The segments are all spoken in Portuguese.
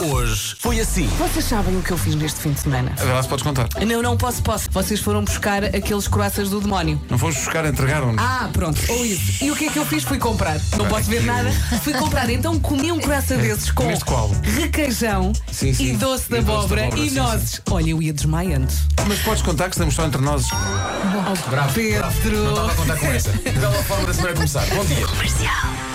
Hoje foi assim. Vocês sabem o que eu fiz neste fim de semana? Agora se podes contar. Não, não posso, posso. Vocês foram buscar aqueles croaças do demónio. Não fomos buscar, entregaram-nos. Ah, pronto, ou isso. E o que é que eu fiz? Fui comprar. Não posso ver nada. Fui comprar, então comi um croaça desses com Comeste qual? requeijão Sim, sim. e doce de E doce de abóbora abóbora, e sim, nozes. Olha, eu ia desmaiando. Mas podes contar que estamos só entre nós. Oh, Pedro. Estava a contar com essa. Bela forma da semana começar. Bom dia.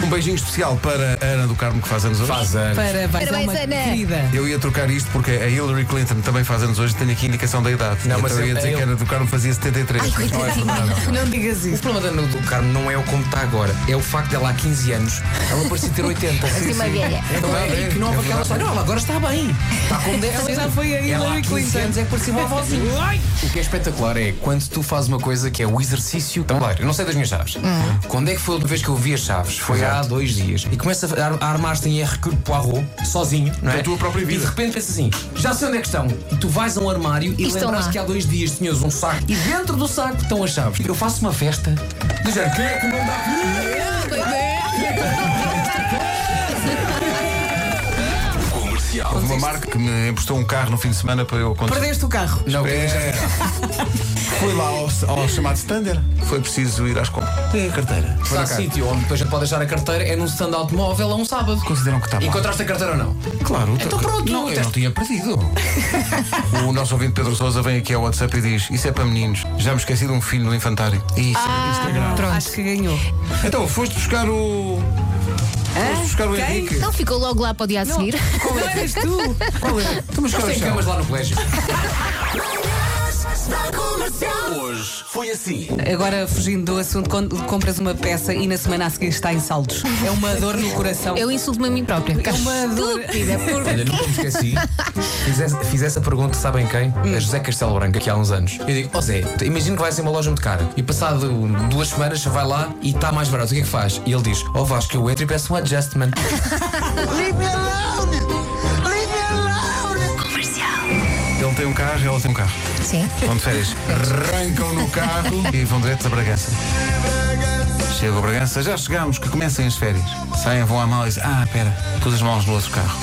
Um beijinho especial para a Ana do Carmo que faz anos hoje. Faz anos. Parabéns, é uma Parabéns, Ana. querida. Eu ia trocar isto porque a Hillary Clinton também faz anos hoje e tenho aqui indicação da idade. Não, mas então eu ia eu- dizer que a Ana do Carmo fazia 73. mas não é verdade. Não digas O isso. problema da Ana do Carmo não é o como está agora, é o facto dela há 15 anos, ela parecia ter 80. Assim, uma velha. Então é, e que não houve aquela só, não, ela agora está bem. Está como deve Ela ser. já foi a Ela há Hillary 15 Clinton. anos é que parecia uma avózinha. O que é espetacular é quando tu fazes uma coisa que é o exercício. Então, claro, eu não sei das minhas chaves. Quando é que foi a última vez que eu vi as chaves? Foi há dois dias. E começa a ar- a armar-te em Hercule Poirot, sozinho, não é? Da tua própria vida. E de repente pensa assim, já sei onde é que estão. E tu vais a um armário e estão lembras lá. que há dois dias tinhas um saco. E dentro do saco estão as chaves. Eu faço uma festa. Do género, quem é que manda aqui? Houve uma marca que me emprestou um carro no fim de semana para eu conduzir. Perdeste o carro. Não, É. Fui lá ao, ao chamado standard. Foi preciso ir às compras. Tem a carteira. Se há sítio onde a gente pode deixar a carteira é num stand de automóvel a um sábado. Consideram que está mal. Encontraste a carteira ou não? Claro. Então pronto, Não, eu teste- não tinha perdido. o nosso ouvinte Pedro Sousa vem aqui ao WhatsApp e diz: Isso é para meninos. Já me esqueci de um filho no infantário. Isso. Acho que ganhou. Então, foste buscar o. Foste buscar o Quem? Henrique. Não ficou logo lá para o dia a seguir? Não eras tu? Qual é? Tu me Eles têm camas lá no colégio. Hoje foi assim. Agora, fugindo do assunto, quando compras uma peça e na semana a seguir está em saldos. É uma dor no coração. Eu insulto-me a mim própria. É uma dor. Estúpida, porque. Olha, nunca me esqueci. Fiz essa, fiz essa pergunta, sabem quem? A José Castelo Branco, aqui há uns anos. Eu digo, ó Zé, imagino que vais em uma loja muito cara e passado duas semanas vai lá e está mais barato. O que é que faz? E ele diz, ó Vasco, eu entro e peço um adjustment. Ele tem um carro e ela tem um carro. Sim. Vão de férias. Arrancam no carro e vão direto a Bragança. Chega a Bragança, já chegámos, que comecem as férias. Saem, vão à mala e dizem: Ah, espera, pus as mãos no outro carro.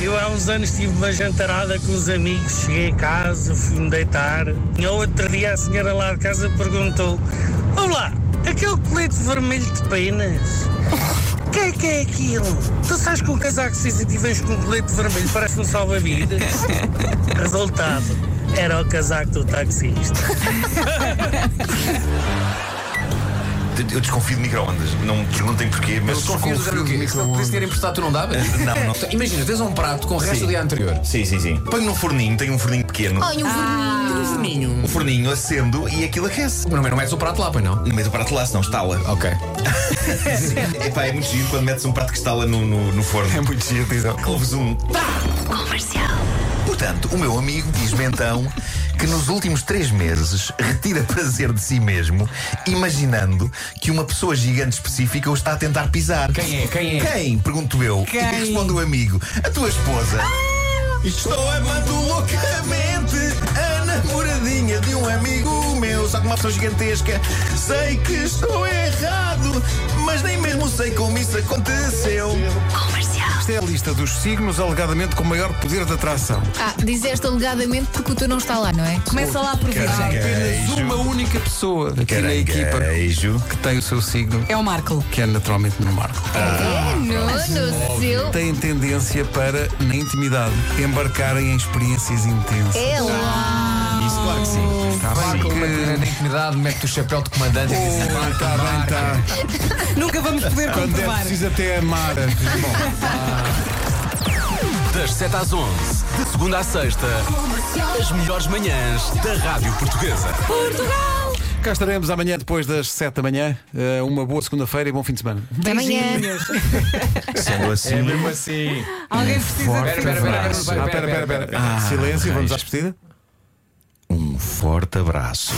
Eu há uns anos tive uma jantarada com os amigos, cheguei a casa, fui-me deitar. E ao outro dia a senhora lá de casa perguntou: Olá, aquele colete vermelho de penas? O que é que é aquilo? Tu sais com um casaco cinza e te vens com um colete vermelho, parece um salva-vidas. Resultado: era o casaco do taxista. Eu desconfio de microondas. Não me perguntem porquê, mas Confias desconfio. no quê? Se não pudesse ter emprestado, tu não dava? Não, não. Imagina, tens um prato com o resto Sim. do dia anterior. Sim, sim, sim. Põe num forninho, tem um forninho pequeno. Olha, um Ah. vermelho. Um forninho acendo e aquilo aquece. Não, mas não metes o prato lá, pois não? Não meto o prato lá, senão estala. Ok. Epá, é muito giro quando metes um prato que estala no, no, no forno. É muito giro, diz Ouves um. Comercial. Portanto, o meu amigo diz-me então que nos últimos três meses retira prazer de si mesmo, imaginando que uma pessoa gigante específica o está a tentar pisar. Quem é? Quem é? Quem? Pergunto eu. Quem? E responde o amigo: A tua esposa. Estou amando loucamente a namoradinha de um amigo meu, só que uma pessoa gigantesca. Sei que estou errado, mas nem mesmo sei como isso aconteceu. Esta é a lista dos signos alegadamente com maior poder de atração. Ah, dizeste alegadamente porque o teu não está lá, não é? Começa lá por virgem. Apenas uma única pessoa aqui na equipa Caranguejo. que tem o seu signo, É o Marco. que é naturalmente no Marco. Ah, É, no, no seu. Têm tendência para, na intimidade, embarcarem em experiências intensas. É lá. Isso, claro que sim. Está bem Marco, que- na intimidade, mete o chapéu de comandante e diz assim, Oh, Marco, tá bem, Marco. tá. Nunca vamos poder Quando é comprovar. preciso até amar. Bom. Das 7 às 11, de segunda à sexta, as melhores manhãs da Rádio Portuguesa. Cá estaremos amanhã depois das 7 da manhã. Eh, uma boa segunda-feira e bom fim de semana. Até amanhã. Sendo assim, assim. Alguém precisa de Espera, espera, espera, espera, Ah, pera, pera, pera. Silêncio, vamos à despedida. um forte abraço.